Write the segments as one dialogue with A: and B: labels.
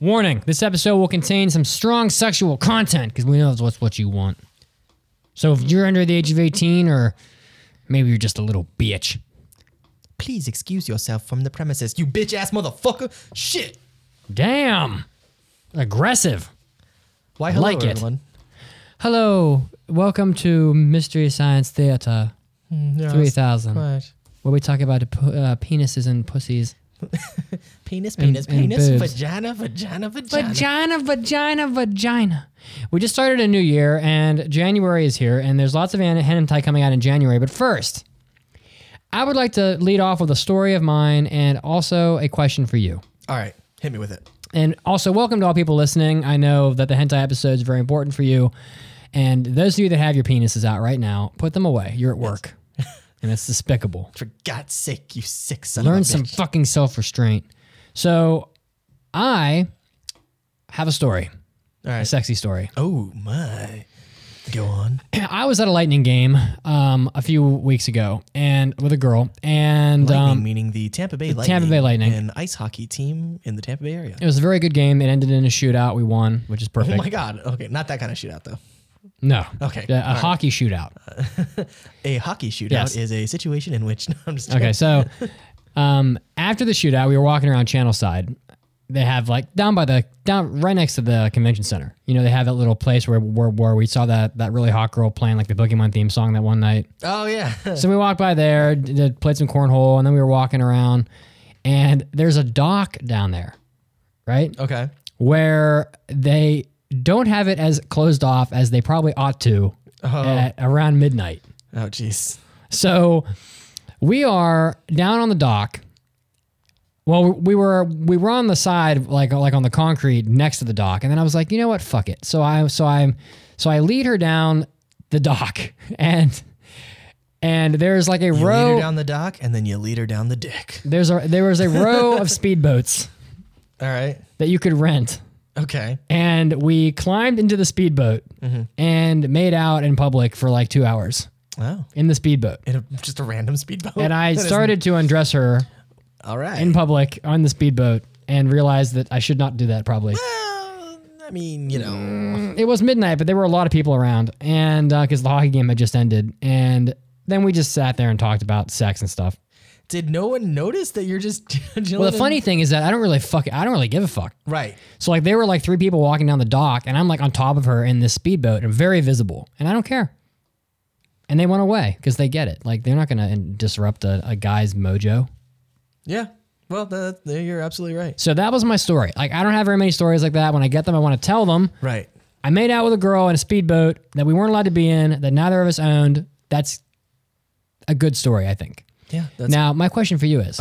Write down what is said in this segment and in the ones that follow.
A: Warning: This episode will contain some strong sexual content because we know that's what's what you want. So if you're under the age of 18, or maybe you're just a little bitch,
B: Please excuse yourself from the premises, you bitch ass motherfucker. Shit.
A: damn, aggressive.
B: Why hello
A: Like it.
B: everyone.
A: Hello, welcome to Mystery Science Theater
B: Mm, yes.
A: 3000,
B: Right.
A: where we talk about uh, penises and pussies.
B: Penis,
A: And- and
B: penis, penis,
A: boobs.
B: vagina, vagina, vagina.
A: Vagina, vagina, vagina. We just started a new year, and January is here, and there's lots of an- hentai coming out in January. But first, I would like to lead off with a story of mine, and also a question for you.
B: All right, hit me with it.
A: And also, welcome to all people listening. I know that the hentai episode is very important for you, and those of you that have your penises out right now, put them away. You're at work, and it's despicable.
B: For God's sake, you sick son
A: Learn
B: of a
A: some
B: bitch.
A: fucking self restraint. So, I have a story,
B: All
A: a
B: right.
A: sexy story.
B: Oh my. Go on.
A: I was at a lightning game um, a few weeks ago, and with a girl, and
B: Lightning
A: um,
B: meaning the Tampa Bay Lightning.
A: Tampa Bay Lightning.
B: An ice hockey team in the Tampa Bay area.
A: it was a very good game. It ended in a shootout. We won, which is
B: Oh
A: perfect.
B: my God. Okay, not that kind of shootout though.
A: no,
B: Okay,
A: a, a
B: all right.
A: hockey shootout.
B: A hockey shootout
A: Yes.
B: is a situation in which no, I'm just
A: Okay, so um, after the shootout, we were walking around Channel Side. They have like down by the down right next to the convention center. You know, they have that little place where where, where we saw that that really hot girl playing like the Pokemon theme song that one night.
B: Oh yeah.
A: So we walked by there, d- d- played some cornhole, and then we were walking around, and there's a dock down there, right?
B: okay.
A: Where they don't have it as closed off as they probably ought to
B: Uh-huh.
A: at around midnight.
B: Oh jeez.
A: So we are down on the dock. Well, we were we were on the side like like on the concrete next to the dock, and then I was like, you know what, fuck it. So I so I'm so I lead her down the dock, and and there's like a
B: You
A: row
B: lead her down the dock and then you lead her down the dick.
A: There's a there was a row of speedboats
B: All right.
A: that you could rent,
B: Okay.
A: and we climbed into the speedboat
B: Mm-hmm.
A: and made out in public for like two hours
B: Wow.
A: in the speedboat.
B: In a, just a random speedboat.
A: And I
B: That is-
A: started to undress her
B: All right.
A: in public on the speedboat and realized that I should not do that. Probably
B: Well, I mean, you know.
A: it was midnight, but there were a lot of people around, and because the hockey game had just ended, and then we just sat there and talked about sex and stuff.
B: Did no one notice that you're just
A: Well, the funny thing is that I don't really fuck. I don't really give a fuck.
B: Right.
A: So like they were like three people walking down the dock, and I'm like on top of her in this speedboat, and very visible, and I don't care. And they went away because they get it. Like they're not gonna in- disrupt a, a guy's mojo.
B: Yeah. Well, that, that- you're absolutely right.
A: So that was my story. Like I don't have very many stories like that. When I get them, I want to tell them.
B: Right.
A: I made out with a girl in a speedboat that we weren't allowed to be in, that neither of us owned. That's a good story, I think.
B: Yeah. That's
A: Now my question for you is,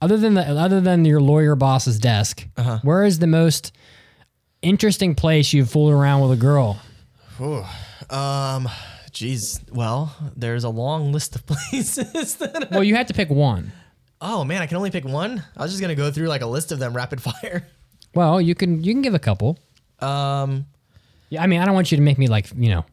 A: other than the other than your lawyer boss's desk, where is the most interesting place you've fooled around with a girl?
B: um jeez. Well, there's a long list of places that
A: Well, you had to pick one.
B: Oh man, I can only pick one. I was just going to go through like a list of them rapid fire.
A: Well, you can you can give a couple.
B: Um
A: Yeah, I mean, I don't want you to make me like you know.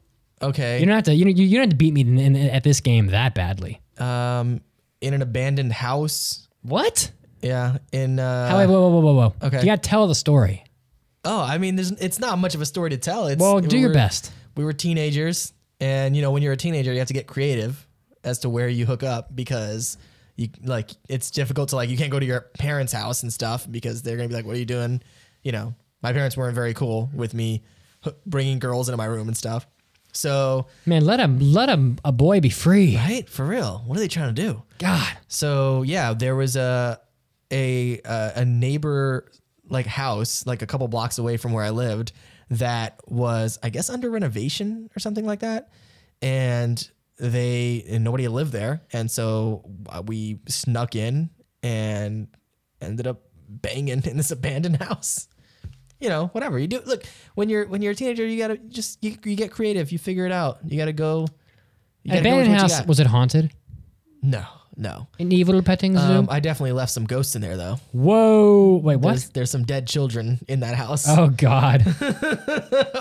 B: okay.
A: You don't have to. You know, you, you don't have to beat me in, in, at this game that badly.
B: um in an abandoned house.
A: What?
B: Yeah, in uh
A: How? wait, whoa, whoa, whoa, whoa, whoa.
B: okay.
A: You got to tell the story.
B: Oh, I mean, there's it's not much of a story to tell. It's
A: Well,
B: we
A: do your
B: were-
A: best.
B: We were teenagers, and you know, when you're a teenager, you have to get creative as to where you hook up because you like it's difficult to like you can't go to your parents' house and stuff because they're gonna be like, "What are you doing?" You know, my parents weren't very cool with me h- bringing girls into my room and stuff. So,
A: Man, let a let a, a boy be free.
B: right for real, what are they trying to do?
A: God.
B: So yeah, there was a a uh, a neighbor like house like a couple blocks away from where I lived that was I guess under renovation or something like that, and they and nobody lived there, and so uh, we snuck in and ended up banging in this abandoned house. You know, whatever you do. Look, when you're when you're a teenager, you gotta just you, you get creative. You figure it out. You gotta go. You gotta go with
A: Abandoned
B: what you
A: house
B: got.
A: was it haunted?
B: no, no.
A: An evil petting zoo.
B: Um, I definitely left some ghosts in there though.
A: Whoa! Wait, what?
B: There's, there's some dead children in that house
A: oh God!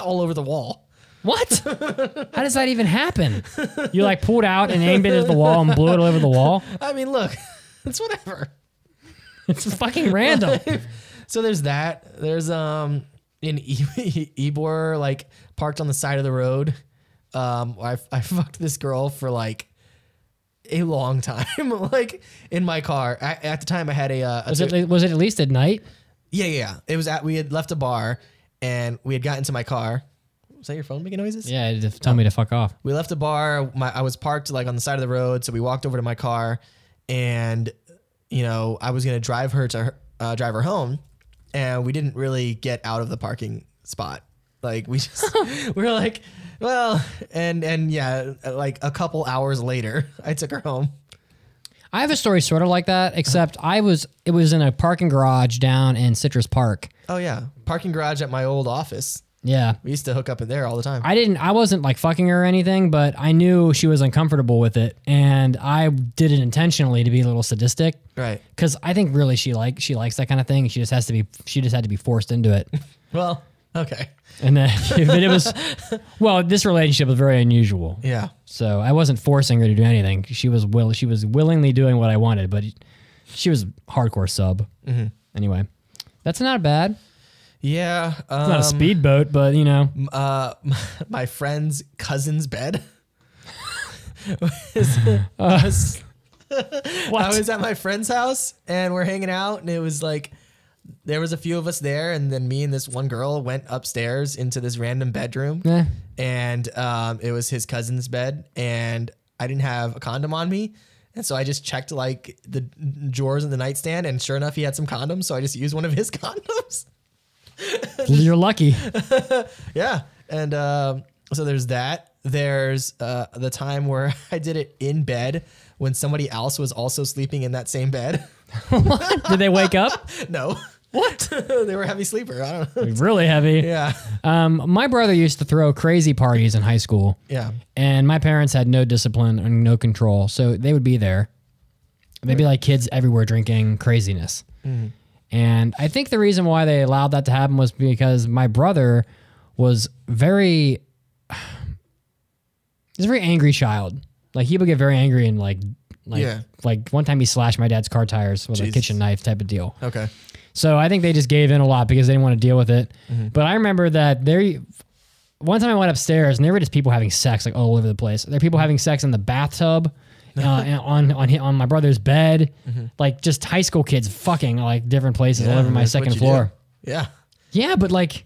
B: all over the wall.
A: what? How does that even happen? You like pulled out and aimed it at the wall and blew it all over the wall.
B: I mean, look, it's whatever.
A: It's fucking random.
B: So there's that. There's um in E- Ebor like parked on the side of the road. Um, I I fucked this girl for like a long time, like in my car. I, at the time, I had a, uh, a
A: Was it was it at least at night?
B: yeah, yeah, yeah. It was at we had left a bar and we had gotten to my car. Was that your phone making noises?
A: Yeah, it just told me to fuck off.
B: we left a bar. My I was parked like on the side of the road, so we walked over to my car, and you know I was gonna drive her to her, uh, drive her home, and we didn't really get out of the parking spot. Like we just we were like, well, and and yeah, like a couple hours later, I took her home.
A: I have a story sort of like that, except I was it was in a parking garage down in Citrus Park.
B: Oh yeah, parking garage at my old office.
A: Yeah.
B: We used to hook up in there all the time.
A: I didn't I wasn't like fucking her or anything, but I knew she was uncomfortable with it and I did it intentionally to be a little sadistic
B: right.
A: cuz I think really she like she likes that kind of thing. She just has to be she just had to be forced into it.
B: Well, okay.
A: And then but it was well, this relationship was very unusual.
B: Yeah.
A: So I wasn't forcing her to do anything. She was will she was willingly doing what I wanted, but she was hardcore sub.
B: Mm-hmm.
A: Anyway, that's not bad.
B: Yeah. Um,
A: It's not a speedboat, but you know,
B: uh, my friend's cousin's bed.
A: Uh,
B: I
A: what?
B: was at my friend's house and we're hanging out, and it was like there was a few of us there, and then me and this one girl went upstairs into this random bedroom,
A: Eh.
B: and um, it was his cousin's bed, and I didn't have a condom on me. And so I just checked like the drawers in the nightstand, and sure enough, he had some condoms. So I just used one of his condoms.
A: You're lucky.
B: Yeah, and um, so there's that. There's uh, the time where I did it in bed when somebody else was also sleeping in that same bed.
A: Did they wake up?
B: no, what? they were a heavy sleeper. I don't know.
A: Really heavy.
B: Yeah,
A: Um, my brother used to throw crazy parties in high school,
B: yeah,
A: and my parents had no discipline and no control, so they would be there. They'd be like kids everywhere drinking craziness.
B: Mm-hmm.
A: And I think the reason why they allowed that to happen was because my brother was very he's a very angry child. Like he would get very angry and like like
B: Yeah.
A: like one time he slashed my dad's car tires with a
B: Jesus.
A: kitchen knife type of deal.
B: okay,
A: So I think they just gave in a lot because they didn't want to deal with it. But I remember that there, one time I went upstairs and there were just people having sex like all over the place. There were people having sex in the bathtub, uh, and on on hi- on my brother's bed, like just high school kids fucking like different places all over my
B: That's what
A: second
B: you do.
A: floor.
B: Yeah,
A: Yeah, but like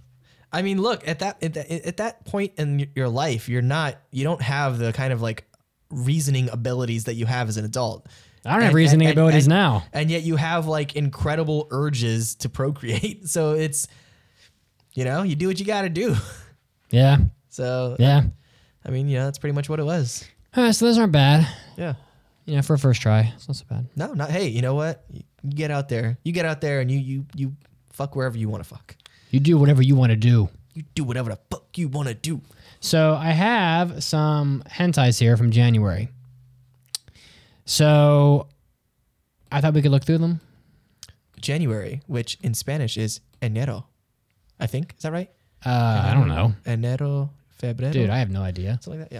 B: I mean, look at that at that at that point in y- your life, you're not you don't have the kind of like reasoning abilities that you have as an adult.
A: I don't have
B: And-
A: reasoning
B: and- and-
A: abilities
B: and-
A: now.
B: and yet you have like incredible urges to procreate. So it's, you know, you do what you got to do.
A: Yeah,
B: So
A: yeah.
B: I mean, yeah, that's pretty much what it was.
A: All right, so those aren't bad.
B: Yeah.
A: You know, for a first try, it's not so bad.
B: No, not hey, you know what? You get out there. You get out there and you you you fuck wherever you want to fuck.
A: You do whatever you want to do.
B: You do whatever the fuck you want to do.
A: So I have some hentais here from January. So I thought we could look through them.
B: January, which in Spanish is enero. I think. Is that right?
A: Uh, I don't know,
B: Enero, febrero.
A: Uh, dude. I have no idea.
B: something like that.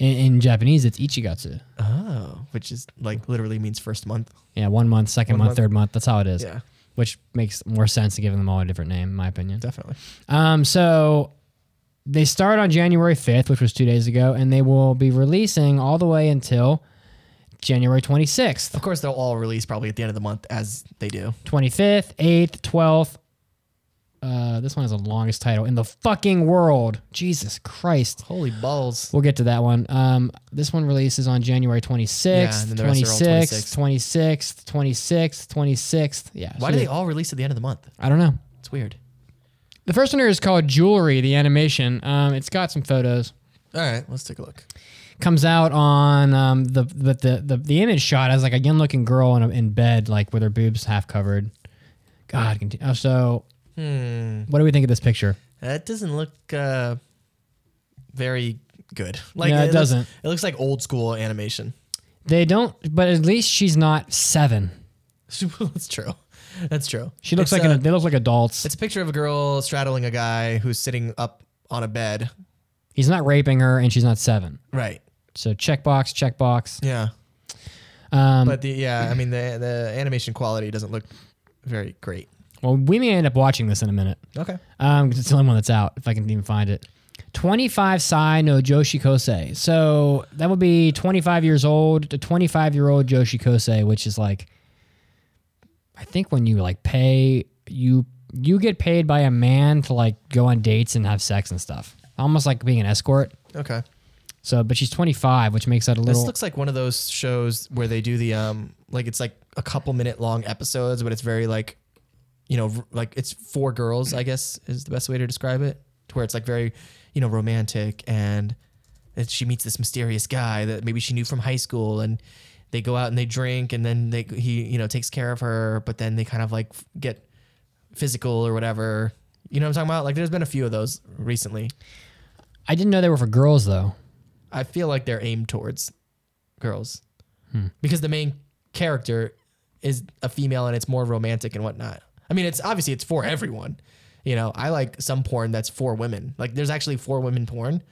B: Yeah.
A: In, in Japanese, it's ichigatsu.
B: Oh, which is like literally means first month.
A: Yeah, one month, second month,
B: month.
A: third month. That's how it is.
B: Yeah.
A: Which makes more sense to give them all a different name, in my opinion.
B: Definitely.
A: Um, so they start on January 5th, which was two days ago, and they will be releasing all the way until January 26th.
B: Of course, they'll all release probably at the end of the month as they do.
A: 25th, 8th, 12th. Uh, this one is the longest title in the fucking world. Jesus Christ.
B: Holy balls.
A: We'll get to that one. Um, this one releases on January 26th,
B: Yeah, and then the rest are all
A: 26th, 26th, 26th, 26th. Yeah.
B: Why
A: so
B: do they all release at the end of the month?
A: I don't know.
B: It's weird.
A: The first one here is called Jewelry, the animation. Um, it's got some photos.
B: All right, let's take a look.
A: Comes out on um, the, the, the, the, the image shot as like a young looking girl in, a, in bed, like with her boobs half covered. God. conti- Oh, so
B: Hmm.
A: what do we think of this picture?
B: That doesn't look uh, very good. Like
A: Yeah, it
B: looks-
A: doesn't.
B: it looks like old school animation.
A: They don't, but at least she's not seven.
B: That's true. That's true.
A: She looks
B: It's
A: like
B: a,
A: an, they look like adults.
B: It's a picture of a girl straddling a guy who's sitting up on a bed.
A: He's not raping her, and she's not seven.
B: Right.
A: So checkbox, checkbox.
B: Yeah.
A: Um,
B: But the yeah, I mean the the animation quality doesn't look very great.
A: Well, we may end up watching this in a minute.
B: Okay.
A: Um, 'cause it's the only one that's out, if I can even find it. 25 Sai no Joshi Kosei. So that would be 25 years old to 25 year old Joshi Kosei, which is like, I think when you like pay, you you get paid by a man to like go on dates and have sex and stuff, almost like being an escort.
B: Okay.
A: So, but she's 25, which makes that a
B: This
A: little.
B: looks like one of those shows where they do the um like it's like a couple minute long episodes, but it's very like you know, r- like it's four girls, I guess is the best way to describe it, to where it's like very, you know, romantic and that she meets this mysterious guy that maybe she knew from high school and they go out and they drink and then they he, you know, takes care of her, but then they kind of like f- get physical or whatever. You know what I'm talking about? Like there's been a few of those recently.
A: I didn't know they were for girls though.
B: I feel like they're aimed towards girls
A: Hmm.
B: because the main character is a female and it's more romantic and whatnot. I mean, it's obviously it's for everyone. You know, I like some porn that's for women. Like, there's actually for women porn,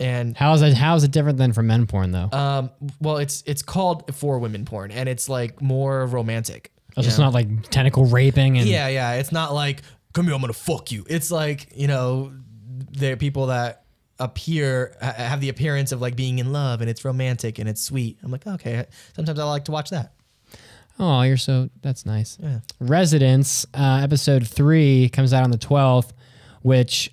B: and
A: How is that? How is it different than for men porn though?
B: um, well, it's it's called for women porn, and it's like more romantic.
A: Oh, it's
B: you
A: just
B: know?
A: not like tentacle raping and
B: Yeah, yeah. It's not like, come here, I'm gonna fuck you. It's like, you know, there are people that appear ha- have the appearance of like being in love and it's romantic and it's sweet. I'm like, okay. Sometimes I like to watch that.
A: oh, you're so that's nice.
B: Yeah.
A: Residence, uh, episode three, comes out on the 12th, which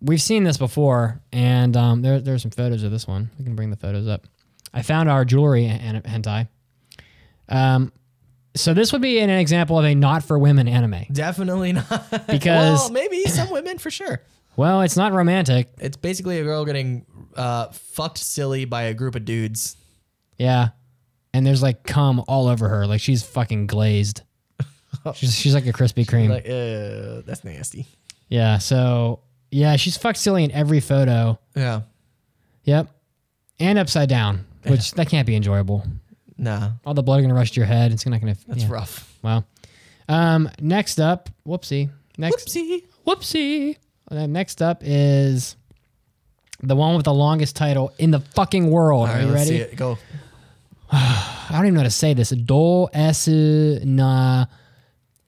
A: we've seen this before. And um, there, there are some photos of this one. We can bring the photos up. I found our jewelry an- hentai. Um, so this would be an example of a not for women anime
B: Definitely not. well,
A: because,
B: maybe some women for sure.
A: well, it's not romantic.
B: It's basically a girl getting uh, fucked silly by a group of dudes.
A: Yeah. And there's like cum all over her. Like she's fucking glazed. She's, she's like a Krispy Kreme.
B: Like, uh, that's nasty.
A: yeah. So, yeah, she's fucked silly in every photo.
B: Yeah.
A: Yep. And upside down, which that can't be enjoyable.
B: Nah,
A: All the blood gonna rush to your head. It's not gonna.
B: that's
A: yeah.
B: rough.
A: Well, um, next up, whoopsie. Next,
B: Whoopsie.
A: whoopsie. Uh, Next up is the one with the longest title in the fucking world.
B: All
A: Are
B: right,
A: you
B: let's see
A: ready?
B: it. Go.
A: I don't even know how to say this. Do esu na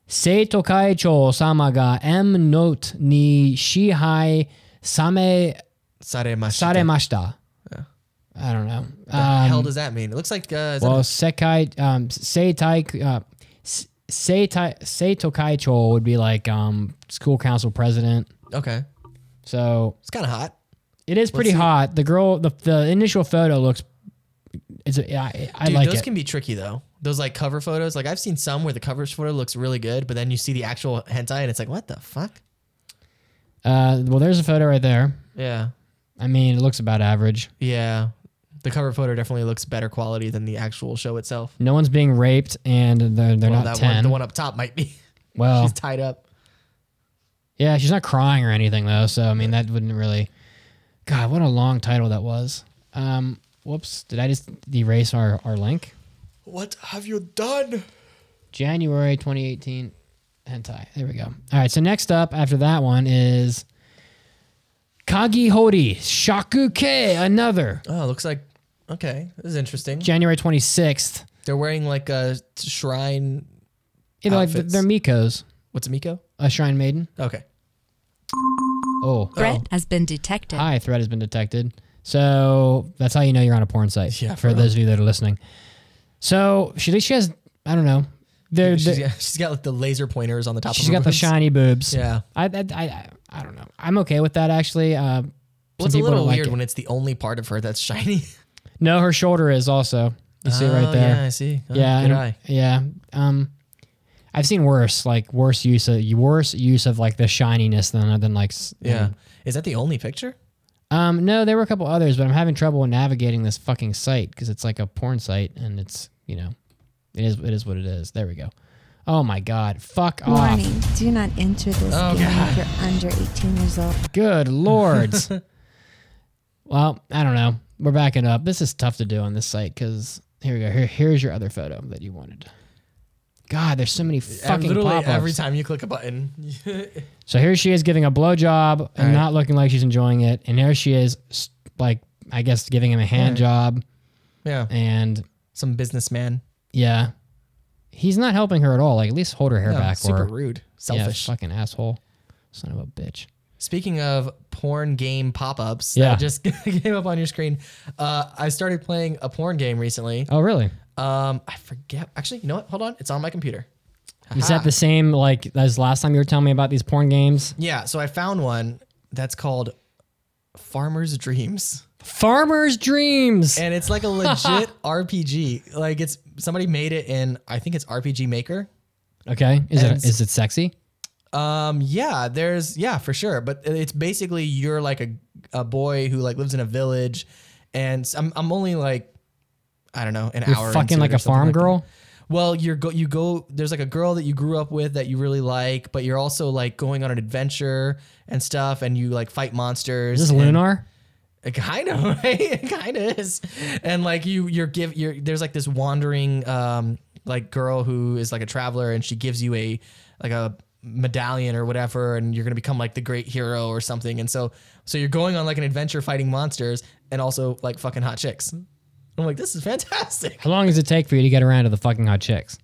A: seitokai cho sama ga m note ni shihai same
B: Saremashita.
A: saremashita. I don't know. Um,
B: What the hell does that mean? It looks like uh, is that
A: Well, Sekai, um, Seitai, uh, S- Seitai, Seitokaicho would be like um, school council president.
B: a- okay.
A: So
B: It's kind of hot.
A: it is pretty
B: see.
A: hot. The girl, the, the initial photo looks. It's a, I, I
B: Dude,
A: like
B: those
A: it.
B: can be tricky though. Those like cover photos. Like I've seen some where the cover photo looks really good, but then you see the actual hentai and it's like, what the fuck?
A: uh, well, there's a photo right there.
B: Yeah,
A: I mean, it looks about average.
B: yeah. The cover photo definitely looks better quality than the actual show itself.
A: No one's being raped, and they're they're
B: Well,
A: not
B: that
A: ten. Oh.
B: one, the one up top might be.
A: well,
B: She's tied up.
A: yeah, she's not crying or anything though. So I mean, that wouldn't really. God, what a long title that was. Um, whoops, did I just erase our, our link?
B: What have you done?
A: January 2018 hentai. There we go. All right, so next up after that one is Kagi Hori Shakuke another.
B: Oh, it looks like okay. This is interesting.
A: January 26th.
B: They're wearing like a shrine.
A: You know, like th-
B: Outfits.
A: they're Miko's,
B: What's a Miko?
A: a shrine maiden.
B: Okay.
A: Oh.
C: Threat has been detected.
A: Hi, threat has been detected. So that's how you know you're on a porn site.
B: Yeah,
A: for
B: for
A: those of you that are listening. So she at least she has I don't know. They're,
B: She's
A: they're,
B: got, she's got like the laser pointers on the top.
A: she's
B: of her
A: got the
B: boobs.
A: shiny boobs.
B: Yeah.
A: I, I I I don't know. I'm okay with that actually. Uh,
B: Well, it's a
A: some people
B: little
A: don't like
B: weird
A: it.
B: when it's the only part of her that's shiny.
A: No, her shoulder is also. You see it right
B: Oh,
A: there.
B: Yeah, I see. Oh,
A: yeah,
B: good
A: and-
B: eye.
A: yeah. Um, I've seen worse, like worse use of worse use of like the shininess than than like. s-
B: Yeah. Is that the only picture?
A: Um, no, there were a couple others, but I'm having trouble navigating this fucking site because it's like a porn site, and it's you know, it is it is what it is. There we go. Oh my god! Fuck off!
D: Warning, do not enter this
B: Oh,
D: game
B: God.
D: if you're under 18 years old.
A: Good lords. well, I don't know. We're backing up. This is tough to do on this site because here we go. Here, here's your other photo that you wanted. God, there's so many fucking
B: Uh, Literally
A: pop-ups.
B: every time you click a button.
A: So here she is giving a blowjob and
B: Alright.
A: not looking like she's enjoying it, and there she is, s- like I guess giving him a hand
B: Alright.
A: job,
B: Yeah.
A: and
B: Some businessman.
A: yeah, he's not helping her at all. Like at least hold her hair
B: Yeah,
A: back
B: super
A: or
B: rude. Selfish.
A: Yeah, fucking asshole. Son of a bitch.
B: Speaking of porn game pop ups
A: Yeah.
B: that just came up on your screen, uh, I started playing a porn game recently.
A: Oh, really?
B: Um, I forget. Actually, you know what? Hold on. It's on my computer.
A: Is
B: Ah.
A: that the same like as last time you were telling me about these porn games?
B: Yeah. So I found one that's called Farmer's Dreams.
A: Farmer's Dreams.
B: And it's like a legit RPG. Like it's somebody made it in, I think it's RPG Maker.
A: Okay. Is it
B: And-
A: is it sexy?
B: Um, yeah, there's yeah, for sure. But it's basically you're like a a boy who like lives in a village, and s- I'm I'm only like, I don't know, an
A: You're
B: hour. into
A: fucking
B: it
A: like
B: or
A: a
B: something
A: farm
B: like that.
A: girl.
B: Well, you're go you go. There's like a girl that you grew up with that you really like, but you're also like going on an adventure and stuff, and you like fight monsters.
A: Is this
B: and-
A: Lunar?
B: it kind of, right? It kind of is. And like you, you're give you're there's like this wandering um like girl who is like a traveler, and she gives you a like a medallion or whatever, and you're gonna become like the great hero or something. And so so you're going on like an adventure fighting monsters and also like fucking hot chicks. I'm like, this is fantastic.
A: How long does it take for you to get around to the fucking hot chicks?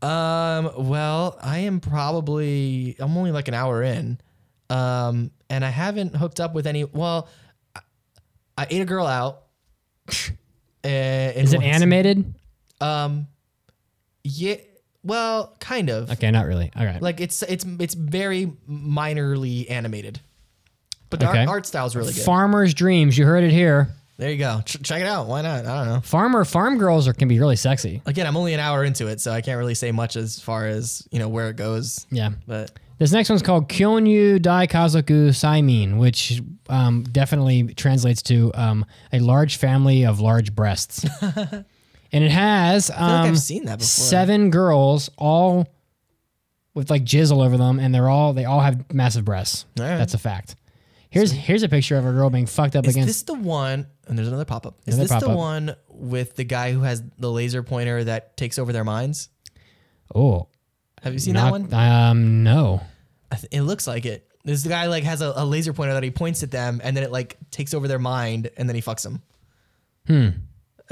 B: Um, well, I am probably I'm only like an hour in. Um, and I haven't hooked up with any well I- I ate a girl out. Eh,
A: Is it animated?
B: Um yeah, well, kind of.
A: Okay, not really. All right.
B: Like it's it's it's very minorly animated. But the
A: Okay.
B: art, art style's really good.
A: Farmer's Dreams. You heard it here.
B: there you go. Ch- check it out. Why not? I don't know.
A: Farmer farm girls are, can be really sexy.
B: Again, I'm only an hour into it, so I can't really say much as far as, you know, where it goes.
A: Yeah.
B: But
A: This next one's called Kyonyu Dai Kazoku Saimin, which um, definitely translates to um, a large family of large breasts. and it has
B: I feel like
A: um,
B: I've seen that before.
A: seven girls, all with like jizz all over them, and they're all they all have massive breasts.
B: All right.
A: That's a fact. Here's here's a picture of a girl being fucked up
B: Is
A: against.
B: this the one? And there's another pop up. Is
A: Another
B: this the
A: pop-up.
B: one with the guy who has the laser pointer that takes over their minds?
A: oh,
B: Have you seen
A: not-
B: that one?
A: Um, no.
B: I th- It looks like it. This guy like has a, a laser pointer that he points at them, and then it like takes over their mind, and then he fucks them. Hmm.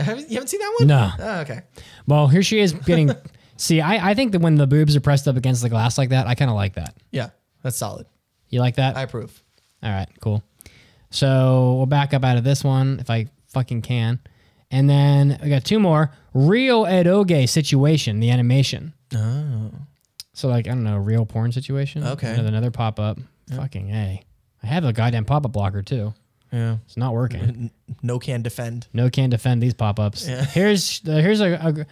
B: Have, you haven't seen that one?
A: No.
B: Oh, okay.
A: Well, here she is getting. see, I, I think that when the boobs are pressed up against the glass like that, I kind of like that.
B: Yeah, that's solid.
A: You like that?
B: I approve.
A: All right, cool. So we'll back up out of this one if I fucking can. And then we got two more. Real Edoge situation, the animation. Oh. So like I don't know, real porn situation.
B: Okay.
A: Another, another pop up. Fucking a. I have a goddamn pop up blocker too.
B: Yeah.
A: It's not working.
B: No can defend.
A: No can defend these pop ups. Here's the, here's a, a gr-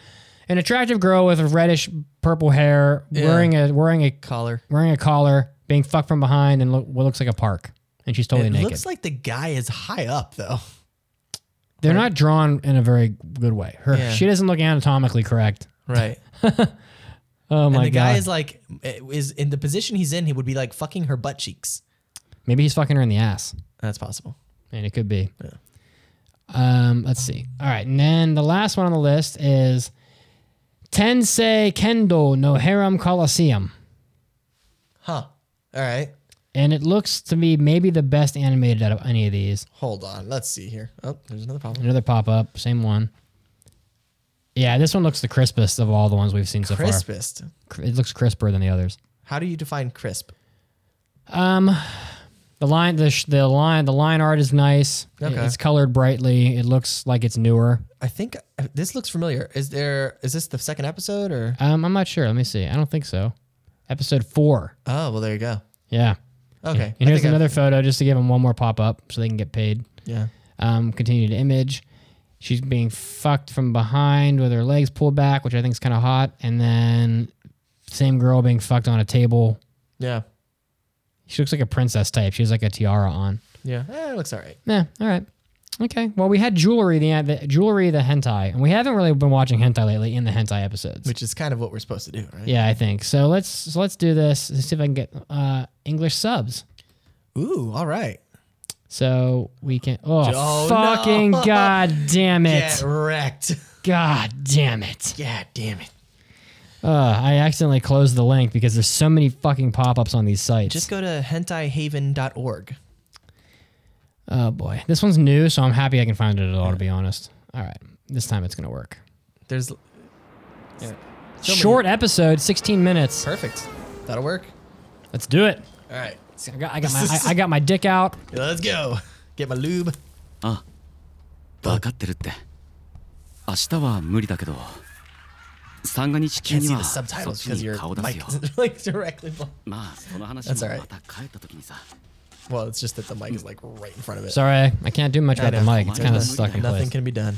A: an attractive girl with reddish purple hair wearing a wearing a
B: Collar.
A: wearing a collar being fucked from behind and look, what looks like a park and she's totally
B: It
A: naked.
B: looks like the guy is high up though.
A: They're not drawn in a very good way. Her
B: Yeah.
A: she doesn't look anatomically correct.
B: Right.
A: Oh
B: and
A: my
B: the
A: god!
B: guy is like eh, is in the position he's in. He would be like fucking her butt cheeks.
A: Maybe he's fucking her in the ass,
B: That's possible.
A: and it could be. Um, let's see. All right, and then the last one on the list is Tensei Kendo no Harem Coliseum,
B: Huh. All right.
A: and it looks to me maybe the best animated out of any of these.
B: Hold on. Let's see here. Oh, there's another problem.
A: Another pop up, same one. Yeah, this one looks the crispest of all the ones we've seen so
B: Crispest.
A: far. It looks crisper than the others.
B: How do you define crisp?
A: The line, the, sh- the line, the line art is nice. It-
B: Okay.
A: It's colored brightly. It looks like it's newer.
B: I think uh, this looks familiar. Is there? Is this the second episode or?
A: Um, I'm not sure. Let me see. I don't think so. Episode four.
B: Oh well, there you go.
A: Yeah.
B: Okay.
A: And
B: I
A: here's
B: think I've-
A: another photo just to give them one more pop up so they can get paid.
B: Yeah.
A: Um, continue to image. She's being fucked from behind with her legs pulled back, which I think is kind of hot. And then same girl being fucked on a table.
B: Yeah.
A: She looks like a princess type. She has like a tiara on.
B: Yeah. Eh, it looks all right.
A: Yeah. All right. Okay. Well, we had jewelry, the, the jewelry, the hentai, and we haven't really been watching hentai lately in the hentai episodes.
B: Which is kind of what we're supposed to do, right?
A: yeah, I think so. Let's so let's do this. Let's see if I can get uh, English subs,
B: Ooh. All right.
A: so we can. Oh,
B: Oh,
A: fucking
B: no.
A: god damn it!
B: Get wrecked.
A: God damn it!
B: God damn it.
A: Uh, I accidentally closed the link because there's so many fucking pop-ups on these sites.
B: Just go to hentaihaven.org.
A: oh boy, this one's new, so I'm happy I can find it at all. To be honest, all right, this time it's gonna work.
B: There's. Yeah. So many-
A: Short episode, 16 minutes.
B: Perfect. That'll work.
A: Let's do it.
B: All right,
A: I got, I got my I, I got my dick out.
B: let's go. Get my lube.
C: ああ分かってるって明日は無理だけど三が日中
B: Can't
C: に
B: see
C: は
B: the
C: そっ
B: subtitles
C: ち
B: because
C: に
B: your
C: 顔出す
B: mic
C: よ
B: is like directly. blo-
C: まあその話
B: That's alright.
C: もまた帰った時にさ
B: Well, it's just that the mic is like right in front of it.
A: Sorry, I can't do much
B: I
A: about the
B: know.
A: mic. It's kind of
C: Nothing-
A: stuck in place.
B: Nothing can be done.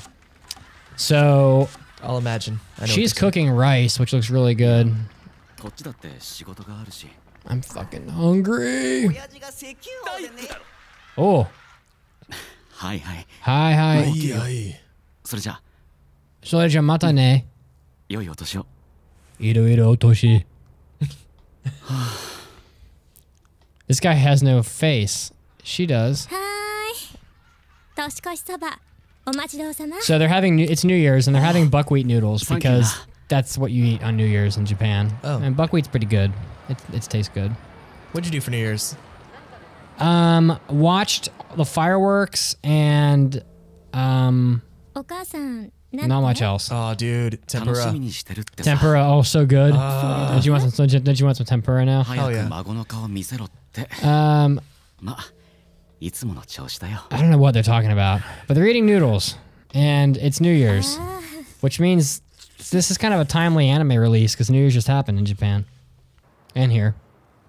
A: So
B: I'll imagine. I know what
A: she's
B: this is.
A: cooking rice, which looks really good.
C: こっちだって仕事があるし
A: I'm fucking hungry.
E: 親父が石油王でね
A: Oh,
C: はいはい
A: hi
B: Oh,
A: hi.
B: Aye, aye.
C: それじゃあ
A: Soja matane.
C: 良いお年を
A: Ito ito otoshi. This guy has no face. She does.
F: はーい年越しそばお待ちどうさま
A: So they're having it's New Year's and they're having buckwheat noodles
C: Thank you.
A: because that's what you eat on New Year's in Japan.
B: Oh.
A: And buckwheat's pretty good. It it tastes good.
B: What'd you do for New Year's?
A: Um, watched the fireworks and um
F: お母さんなんて
A: not much else.
B: Oh, dude,
C: 楽し
B: tempura.
C: みにしてるってさ
A: Tempura, oh so good. don't you want some? Don't you want some tempura now?
C: 早
B: Oh, yeah.
C: く孫の顔見せろって、
A: Um,
C: まあいつもの調子だよ
A: I don't know what they're talking about, but they're eating noodles, and it's New Year's, which means this is kind of a timely anime release because New Year's just happened in Japan, and here,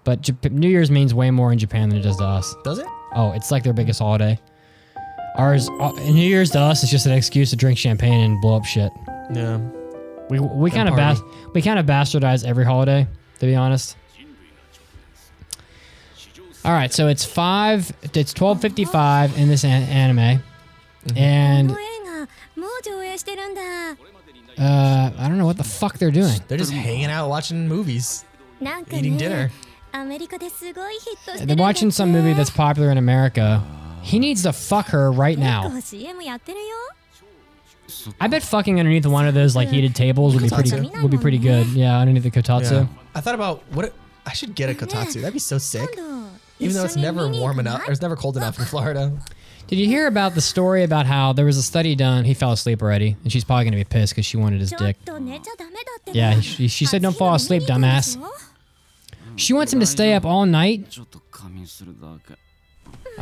A: but Jap- New Year's means way more in Japan than it does to us.
B: Does it?
A: Oh, it's like their biggest holiday. Ours, uh, New Year's to us is just an excuse to drink champagne and blow up shit.
B: Yeah.
A: We we kind of
B: party.
A: bas- we kind of bastardize every holiday, to be honest. All right, so it's five. It's twelve fifty five in this an- anime, and
F: この映画もう上映してるんだ
A: uh, I don't know what the fuck they're doing.
B: They're just hanging out watching movies.
F: なんか
B: Eating dinner.
F: ねアメリカですごいヒットしてるんだ
A: They're watching some movie that's popular in America. He needs to fuck her right
F: 結
A: now.
F: 構 CM やってるよ
A: I bet fucking underneath one of those like heated tables would be pretty would be pretty good. Yeah, underneath the kotatsu.
B: I thought about what it, I should get a kotatsu. That'd be so sick.
F: 今度
B: Even though it's
F: 一緒に
B: never
F: 見に行
B: warm
F: かない
B: enough, or it's never cold enough in Florida.
A: Did you hear about the story about how there was a study done? He fell asleep already, and she's probably gonna be pissed because she wanted his
F: ちょっ
A: dick.
F: と寝ちゃダメだってば
A: Yeah, she- she said don't fall
F: 暑
A: asleep,
F: いの見に行くんでし
A: dumbass.
F: ょ
A: She wants him to stay up all night
C: ちょっと仮眠するだけ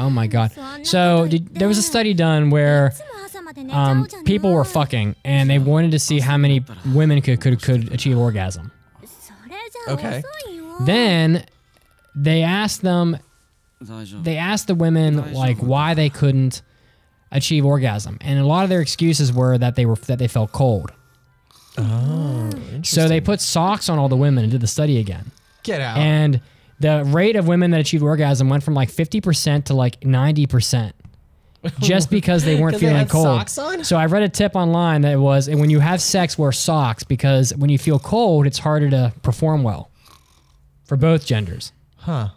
A: Oh my god. So did, there was a study done
F: い
A: where
F: つも朝まで寝ちゃおう
A: um,
F: じゃない
A: people were fucking and they wanted to see how many women could, could could achieve orgasm.
F: それじゃ
B: Okay.
F: 遅いよ
A: Then they asked them
C: 大丈夫
A: they asked the women like why they couldn't achieve orgasm. And a lot of their excuses were that they were that they felt cold. Oh. So they put socks on all the women and did the study again.
B: Get out.
A: and the rate of women that achieved orgasm went from like 50% to like 90% just because they weren't
B: 'Cause they
A: feeling
B: had
A: cold
B: socks on?
A: so i read a tip online that was when you have sex wear socks because when you feel cold it's harder to perform well for both genders
B: huh.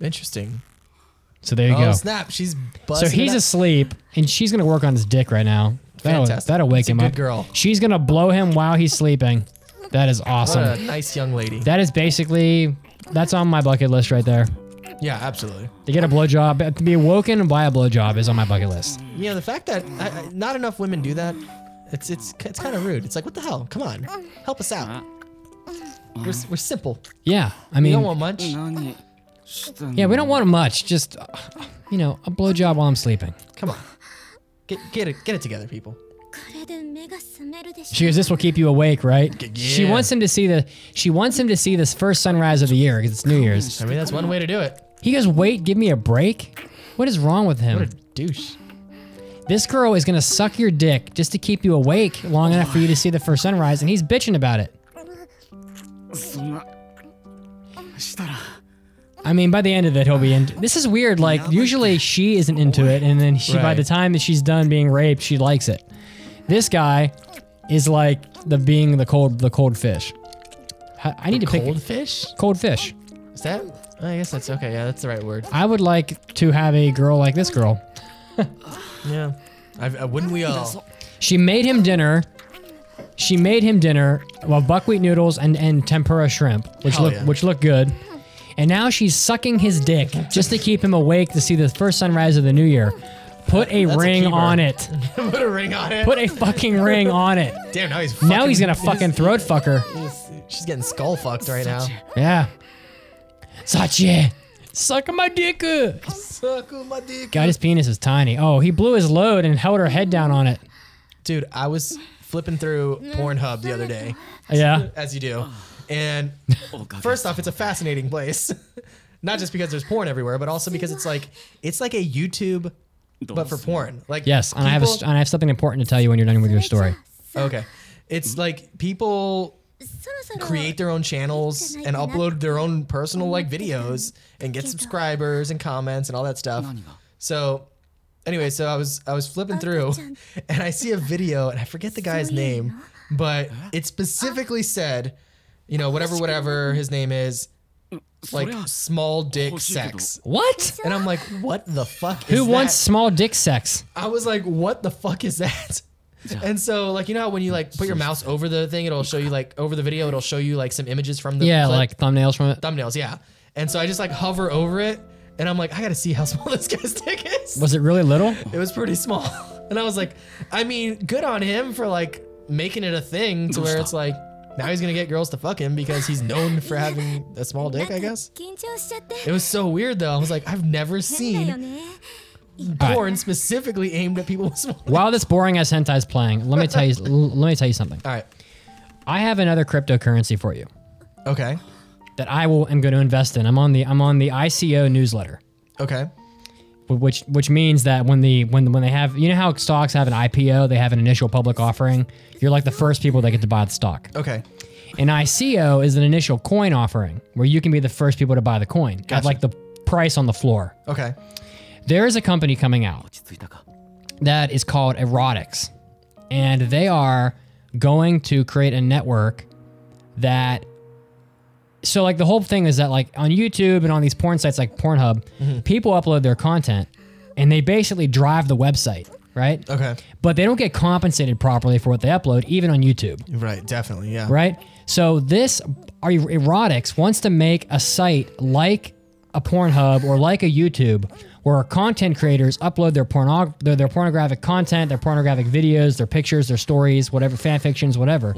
B: Interesting.
A: so there you
B: Oh
A: go
B: snap! She's
A: so
B: busting.
A: he's
B: it up.
A: asleep and she's gonna work on his dick right now that'll,
B: Fantastic.
A: that'll wake
B: That's a
A: him
B: good
A: up
B: girl.
A: she's gonna blow him while he's sleeping that is
B: what
A: awesome
B: a nice young lady.
A: that is basically that's on my bucket list right there
B: yeah, absolutely.
A: To get a blowjob, to be awoken by a blowjob is on my bucket list.
B: Yeah, the fact that I, I, not enough women do that, it's it's it's kind of rude. It's like, what the hell? Come on, help us out. We're, s- we're simple.
A: Yeah, I
B: We
A: mean,
B: don't want much.
C: 何してんの
A: yeah, we don't want much. Just, uh, you know, a blowjob while I'm sleeping.
B: Come on, get get it get it together, people.
F: これで目が覚めるでしょ
A: She goes, "This will keep you awake, right?" She
B: yeah.
A: wants him to see the. She wants him to see this first sunrise of the year because it's New Year's.
B: I mean, that's one way to do it.
A: He goes, "Wait, give me a break." What is wrong with
B: What a
A: him?
B: douche.
A: This girl is gonna suck your dick just to keep you awake long enough for you to see the first sunrise, and he's bitching about it.
C: そんなしたら
A: I mean, by the end of it, he'll be into. This is weird. Like usually she isn't into it, and then she, by
B: Right.
A: the time that she's done being raped, she likes it. This guy is like the being the cold the cold fish. I I need to pick
B: Cold fish?
A: cold fish.
B: Is that? I guess that's okay. Yeah, that's the right word.
A: I would like to have a girl like this girl.
B: Yeah. I, I, uh, wouldn't we all?
A: She made him dinner. She made him dinner well buckwheat noodles and, and tempura shrimp, which
B: Hell
A: look
B: yeah.
A: which look good. And now she's sucking his dick just to keep him awake to see the first sunrise of the new year. Put a
B: a
A: ring
B: keeper.
A: on it.
B: Put a ring on it.
A: Put a fucking ring on it.
B: Damn, now he's.
A: Now he's gonna fucking throat fuck her.
B: She's getting skull fucked right now.
A: Yeah. Sachi, suck my dick. uh." God, his penis is tiny. Oh, he blew his load and held her head down on it.
B: Dude, I was flipping through Pornhub the other day,
A: Yeah.
B: as you do, and
C: おかげ
B: first off, it's a fascinating place. Not just because there's porn everywhere, but also because it's like it's like a YouTube,
C: どう
B: but for
C: す
B: porn. Like
A: Yes, and I have a,
B: people-
A: and I have something important to tell you when you're done with your story.
B: okay. It's like people
F: そろそろ
B: create their own channels and upload their own personal like videos and get subscribers and comments and all that stuff. So anyway, so I was I was flipping through and I see a video and I forget the guy's name, but it specifically said, you know,
C: Oh,
B: whatever whatever his name is,
C: そり
B: like
C: ゃ
B: small dick
C: Oh, shit, dude.
B: sex.
A: What?
B: And I'm like, what the fuck is
A: Who wants
B: that?
A: small dick sex?
B: I was like, what the fuck is that? And so, like, you know how when you like put your mouse over the thing, it'll show you like over the video, it'll show you like some images from the
A: Yeah,
B: clip?
A: like thumbnails from it.
B: thumbnails, yeah. And so I just like hover over it, and I'm like, I gotta see how small this guy's dick is.
A: Was it really little?
B: It was pretty small, and I was like, I mean, good on him for like making it a thing to where it's like now he's gonna get girls to fuck him because he's known for having a small
F: なん
B: dick,
F: か
B: I guess.
F: 緊張しちゃって
B: It was so weird though. I was like, I've never
F: 変だよ
B: seen
F: ね
B: porn specifically aimed at people with small.
A: While this boring ass hentai's playing, let me tell you. l- let me tell you something.
B: All right,
A: I have another cryptocurrency for you
B: okay,
A: that I will am going to invest in. I'm on the I'm on the ICO newsletter.
B: okay,
A: wh- which which means that when the when when they have you know how stocks have an IPO, they have an initial public offering. You're like the first people that get to buy the stock.
B: okay.
A: An ICO is an initial coin offering where you can be the first people to buy the coin at
B: Gotcha.
A: like the price on the floor.
B: Okay.
A: There is a company coming out
C: 落ち着いたか
A: that is called Erotics, and they are going to create a network that. So like the whole thing is that like on YouTube and on these porn sites like Pornhub, people upload their content and they basically drive the website, right?
B: Okay.
A: But they don't get compensated properly for what they upload even on YouTube
B: Right. Definitely. Yeah.
A: right? So this are erotics wants to make a site like a Pornhub or like a YouTube where content creators upload their pornog- their, their pornographic content, their pornographic videos, their pictures, their stories, whatever fan fictions, whatever.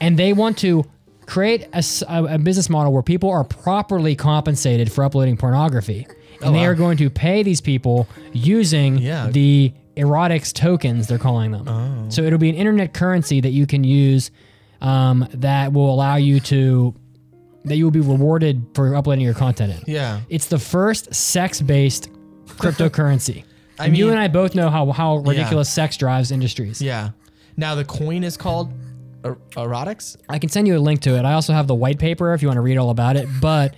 A: And they want to create a, s- a- a business model where people are properly compensated for uploading pornography. And they are going to pay these people using
B: Oh, Yeah. Oh.
A: the erotics tokens, they're calling them. So it'll be an internet currency that you can use um, that will allow you to that you will be rewarded for uploading your content in.
B: Yeah.
A: It's the first sex-based cryptocurrency. and you
B: mean-
A: and I both know how how ridiculous sex drives industries.
B: Yeah. Now the coin is called er- erotics.
A: I can send you a link to it. I also have the white paper if you want to read all about it. But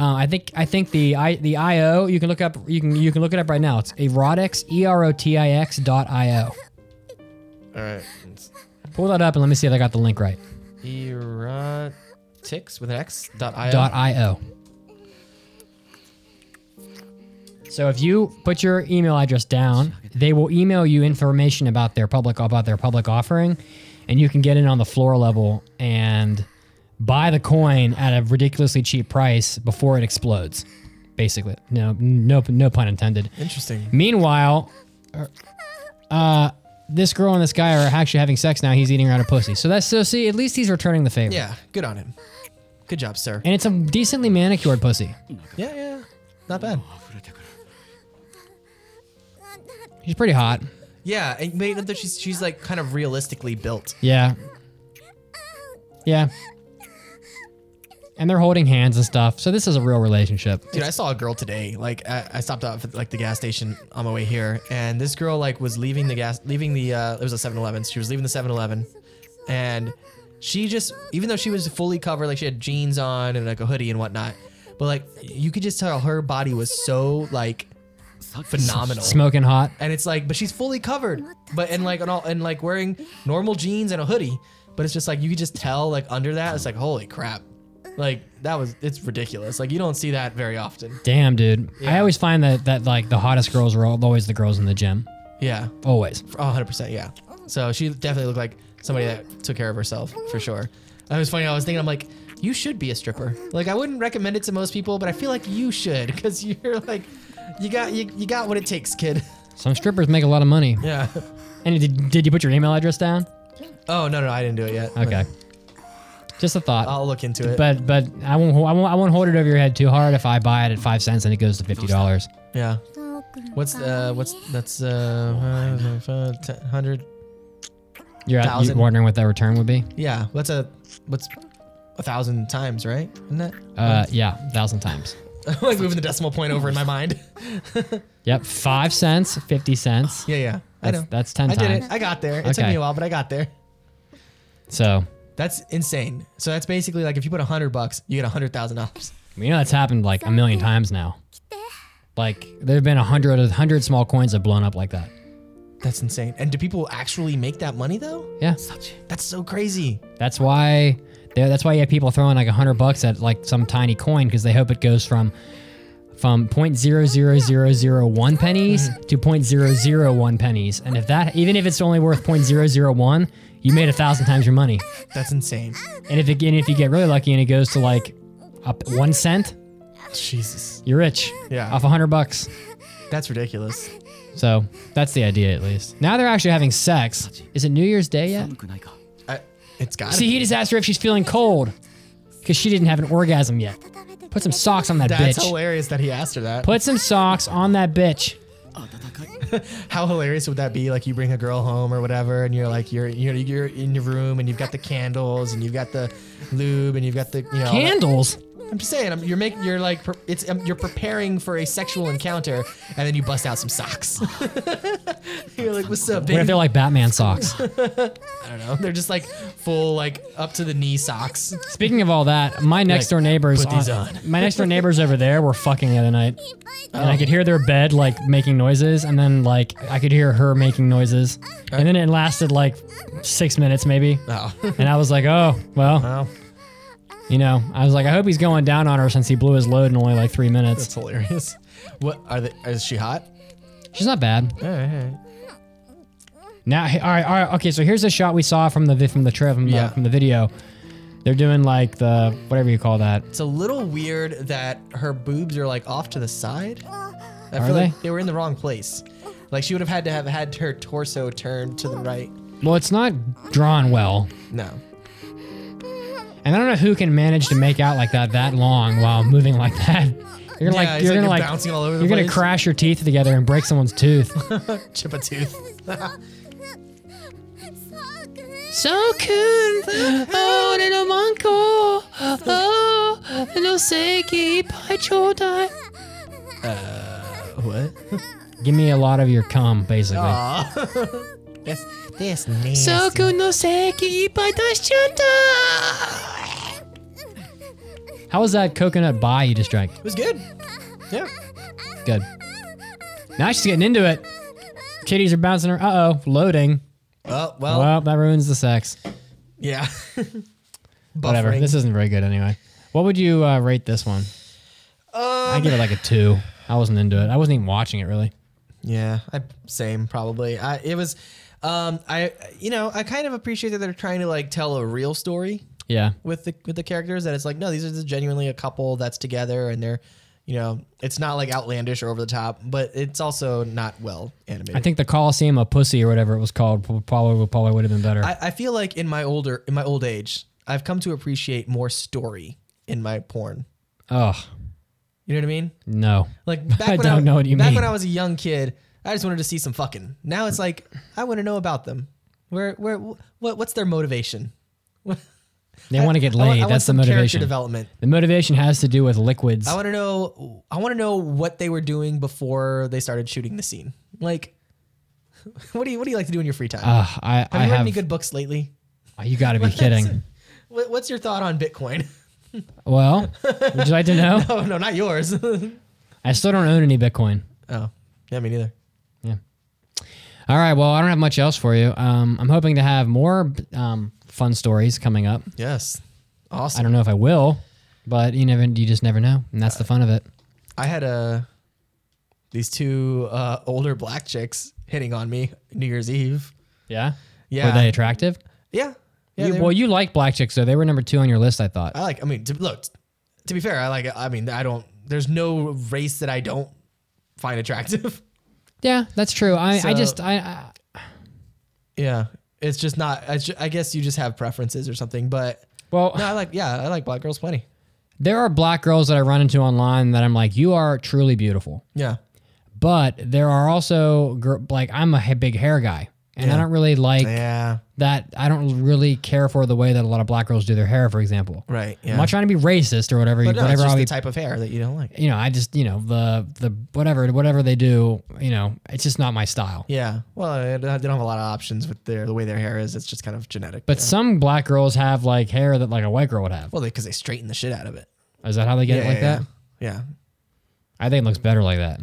A: uh, I think I think the I the IO you can look up you can you can look it up right now. It's erotics e r o t i x dot i o.
B: All right.
A: Pull that up and let me see if I got the link right.
B: Erotics with an X dot I.
A: dot io. So if you put your email address down, they will email you information about their public about their public offering, and you can get in on the floor level and buy the coin at a ridiculously cheap price before it explodes. Basically, no, no, no pun intended.
B: Interesting.
A: Meanwhile, uh, this girl and this guy are actually having sex now. He's eating her out of pussy. So that's so. See, at least he's returning the favor.
B: Yeah. Good on him. Good job, sir.
A: And it's a decently manicured pussy.
B: Yeah. Yeah. Not bad.
C: 溢れてくる
A: She's pretty hot.
B: Yeah. And wait, no, she's she's like kind of realistically built.
A: Yeah. Yeah. And they're holding hands and stuff. So this is a real relationship.
B: Dude, I saw a girl today. Like, I, I stopped off at like the gas station on my way here, and this girl like was leaving the gas, leaving the. Uh, it was a 7-Eleven. She was leaving the 7-Eleven, and she just, even though she was fully covered, like she had jeans on and like a hoodie and whatnot, but like you could just tell her body was so like
C: さっき
B: phenomenal.
A: Smoking hot.
B: And it's like, but she's fully covered, but and like and all and like wearing normal jeans and a hoodie, but it's just like you could just tell like under that, it's like holy crap, like that was it's ridiculous. Like you don't see that very often.
A: Damn, dude. I
B: Yeah.
A: always find that that like the hottest girls are al- always the girls in the gym.
B: Yeah.
A: Always.
B: Oh, 100%. Yeah. So she definitely looked like somebody that took care of herself for sure. It was funny. I was thinking, I'm like, you should be a stripper. Like, I wouldn't recommend it to most people, but I feel like you should because you're like, you got you, you got what it takes, kid.
A: Some strippers make a lot of money.
B: Yeah.
A: And did, did you put your email address down?
B: Oh no no, I didn't do it yet.
A: Okay. Just a thought.
B: I'll look into it.
A: but but I won't, ho- I won't I won't hold it over your head too hard. If I buy it at five cents and it goes to fifty dollars,
B: yeah.
F: 遠くの
B: What's uh what's
F: 川へ
B: that's uh hundred
A: you're, at- you're
B: Thousand.
A: wondering what that return would be.
B: yeah what's a what's a thousand times right isn't it
A: Uh, yeah, thousand times.
B: I'm like moving the decimal point over in my mind
A: Yep, five cents, fifty cents.
B: yeah yeah I
A: That's,
B: know
A: that's ten
B: I did
A: times.
B: it I got there it took
A: Okay.
B: me a while but I got there
A: So
B: that's insane so that's basically like if you put a hundred bucks you get a hundred thousand dollars
A: you know that's happened like a million times now. Like there have been a hundred a hundred small coins that have blown up like that.
B: that's insane and do people actually make that money though
A: Yeah,
B: that's so crazy
A: that's why there. That's why you have people throwing like a hundred bucks at like some tiny coin because they hope it goes from from point zero zero zero zero one pennies to point zero zero one pennies. And if that, even if it's only worth point zero zero one, you made a thousand times your money.
B: that's insane
A: And if again, if you get really lucky and it goes to like up one cent,
B: Jesus
A: you're rich.
B: Yeah.
A: off a hundred bucks.
B: that's ridiculous
A: So that's the idea, at least. Now they're actually having sex. Is it New Year's Day yet?
C: 寒くないか
B: I, it's got
A: See, he just asked her if she's feeling cold because she didn't have an orgasm yet.
F: 温めてくれ
A: Put some socks on that
B: that's
A: bitch.
B: hilarious that he asked her that
A: Put some socks on that bitch.
C: 暖かい
B: How hilarious would that be? Like you bring a girl home or whatever, and you're like you're you're you're in your room and you've got the candles and you've got the lube and you've got the you know. all that-
A: Candles.
B: I'm just saying, I'm, you're making you're like pre- it's um, you're preparing for a sexual encounter, and then you bust out some socks. you're like, what's up,
A: What if
B: baby?
A: they're like Batman socks?
B: I don't know. They're just like full like up to the knee socks.
A: Speaking of all that, my next door neighbors,
B: "Put these on."
A: my next door neighbors over there were fucking the other night, and I could hear their bed like making noises, and then like I could hear her making noises, and then it lasted like six minutes maybe,
B: Oh,
A: and I was like, oh well,
B: wow,
A: you know, I was like, I hope he's going down on her since he blew his load in only like three minutes.
B: that's hilarious. What are they? Is she hot?
A: She's not bad.
B: All right, all right.
A: Now, he- all right, all right, okay. So here's a shot we saw from the vi- from the trip from the,
B: Yeah.
A: from the video. They're doing like the whatever you call that.
B: It's a little weird that her boobs are like off to the side. I
A: Are
B: feel
A: they?
B: like they were in the wrong place. Like she would have had to have had her torso turned to the right.
A: Well, it's not drawn well,
B: No.
A: and I don't know who can manage to make out like that that long while moving like that. You're
B: Yeah,
A: like
B: it's
A: you're gonna
B: like you're
A: like
B: bouncing all over the
A: you're gonna
B: place.
A: crash your teeth together and break someone's tooth.
B: Chip a tooth.
A: so cool, oh, little manco, oh, no seki, pai
B: What?
A: Give me a lot of your cum, basically.
B: That's that's nasty.
A: no seki, pai How was that coconut pie you just drank?
B: It was good. Yeah.
A: Good. Now she's getting into it. Kitties are bouncing her. Uh oh, loading.
B: Oh well.
A: Well, that ruins the sex.
B: Yeah.
A: Whatever.
B: Buffering.
A: This isn't very good anyway. What would you uh, rate this one? I give it like a two. I wasn't into it. I wasn't even watching it really.
B: Yeah, I same probably. I it was, um, I you know I kind of appreciate that they're trying to like tell a real story
A: Yeah.
B: with the with the characters that it's like no these are just genuinely a couple that's together and they're you know it's not like outlandish or over the top but it's also not well animated
A: I think the Coliseum of Pussy or whatever it was called p- probably probably would have been better.
B: I, I feel like in my older in my old age i've come to appreciate more story in my porn
A: Ugh.
B: you know what i mean
A: No.
B: like back
A: I
B: when
A: don't know what you
B: back
A: mean.
B: when i was a young kid i just wanted to see some fucking now it's like i want to know about them where where wh- what what's their motivation
A: they want to get
B: I want-
A: laid.
B: I want
A: That's the
B: some character
A: motivation.
B: development
A: The motivation has to do with liquids.
B: I want to know. I want to know what they were doing before they started shooting the scene. Like, what do you what do you like to do in your free time?
A: Ugh, I,
B: have
A: Uh, I
B: you read
A: have.
B: any good books lately?
A: Oh, you got to be kidding.
B: What, what's your thought on Bitcoin?
A: Well, would you like to know?
B: oh no, not yours. oh,
A: I still don't own any Bitcoin.
B: yeah, me neither.
A: All right. Well, I don't have much else for you. Um, I'm hoping to have more um, fun stories coming up.
B: Yes,
A: I
B: awesome.
A: don't know if I will, but you never, you just never know, and that's the fun of it.
B: I, had a these two uh, older black chicks hitting on me New Year's Eve.
A: Yeah.
B: Yeah.
A: Were they attractive?
B: Yeah, yeah.
A: You-
B: they
A: well,
B: were-
A: you like black chicks, though. They were number two on your list, I thought.
B: I like. I mean, to, look. To be fair, I like. I mean, I don't. There's no race that I don't find attractive.
A: yeah, that's true. I, I
B: So-
A: just, I, I,
B: Yeah, it's just not. I, ju- I guess you just have preferences or something. But
A: Well,
B: No, I like yeah, I like black girls plenty.
A: there are black girls that I run into online that I'm like, you are truly beautiful.
B: Yeah.
A: But there are also gir- like I'm a ha- big hair guy, and I
B: Yeah.
A: don't really like
B: Yeah.
A: that. I don't really care for the way that a lot of black girls do their hair, for example.
B: Right.
A: I'm not trying to be racist or whatever.
B: But no, it's
A: whatever
B: just
A: I'll
B: the
A: be
B: type of hair that you don't like.
A: you know, I just, you know, the the whatever whatever they do, you know, it's just not my style.
B: Yeah. Well, they don't have a lot of options with their the way their hair is. It's just kind of genetic.
A: But
B: yeah.
A: some black girls have like hair that like a white girl would have.
B: well, because they, straighten the shit out of it.
A: Is that how they get it
B: yeah,
A: like
B: yeah,
A: that?
B: Yeah.
A: I think it looks better like that.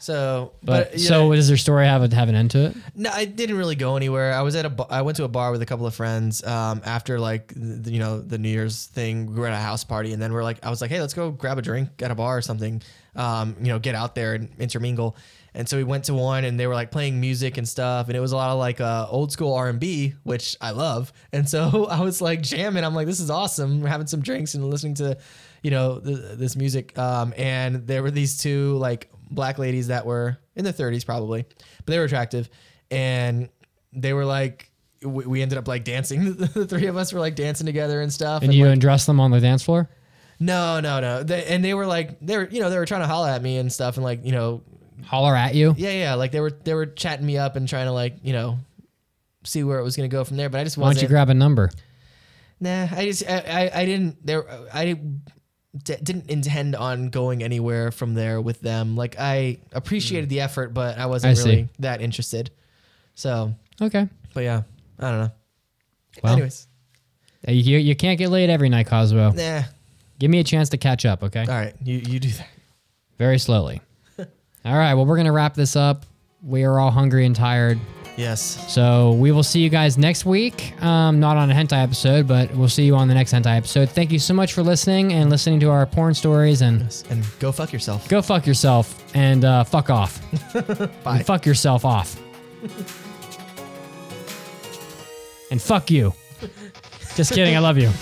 B: So,
A: But,
B: but you
A: so
B: know,
A: does their story have a, have an end to it?
B: no, I didn't really go anywhere. I was at a ba- I went to a bar with a couple of friends um, after like the, you know the New Year's thing. We were at a house party, and then we're like, I was like, hey, let's go grab a drink at a bar or something. Um, you know, get out there and intermingle. And so we went to one, and they were like playing music and stuff, and it was a lot of like uh, old school R and B, which I love. And so I was like jamming. I'm like, this is awesome. We're having some drinks and listening to, you know, th- this music. Um, and there were these two like black ladies that were in their 30s probably, but they were attractive and they were like we, we ended up like dancing the three of us were like dancing together and stuff
A: And
B: and
A: you
B: like,
A: undress them on the dance floor?
B: no no no they, and they were like they were you know they were trying to holler at me and stuff and like you know
A: Holler at you?
B: yeah yeah like they were they were chatting me up and trying to like you know see where it was gonna go from there but i just
A: Why
B: wasn't
A: don't you grab a number?
B: nah i just i i, I didn't there i d- didn't intend on going anywhere from there with them like i appreciated the effort but i wasn't
A: Mm. I see.
B: really that interested so
A: Okay.
B: but yeah i don't know
A: Well.
B: anyways
A: Uh, You, you can't get laid every night, Cosmo.
B: Nah.
A: Give me a chance to catch up, okay?
B: All right. You you do that.
A: Very slowly. all right, well, we're going to wrap this up. We are all hungry and tired.
B: Yes.
A: So we will see you guys next week. Um, not on a hentai episode, but we'll see you on the next hentai episode. Thank you so much for listening and listening to our porn stories. And
B: And go fuck yourself.
A: go fuck yourself and uh, fuck off.
B: Bye.
A: And fuck yourself off. and fuck you. Just kidding. I love you.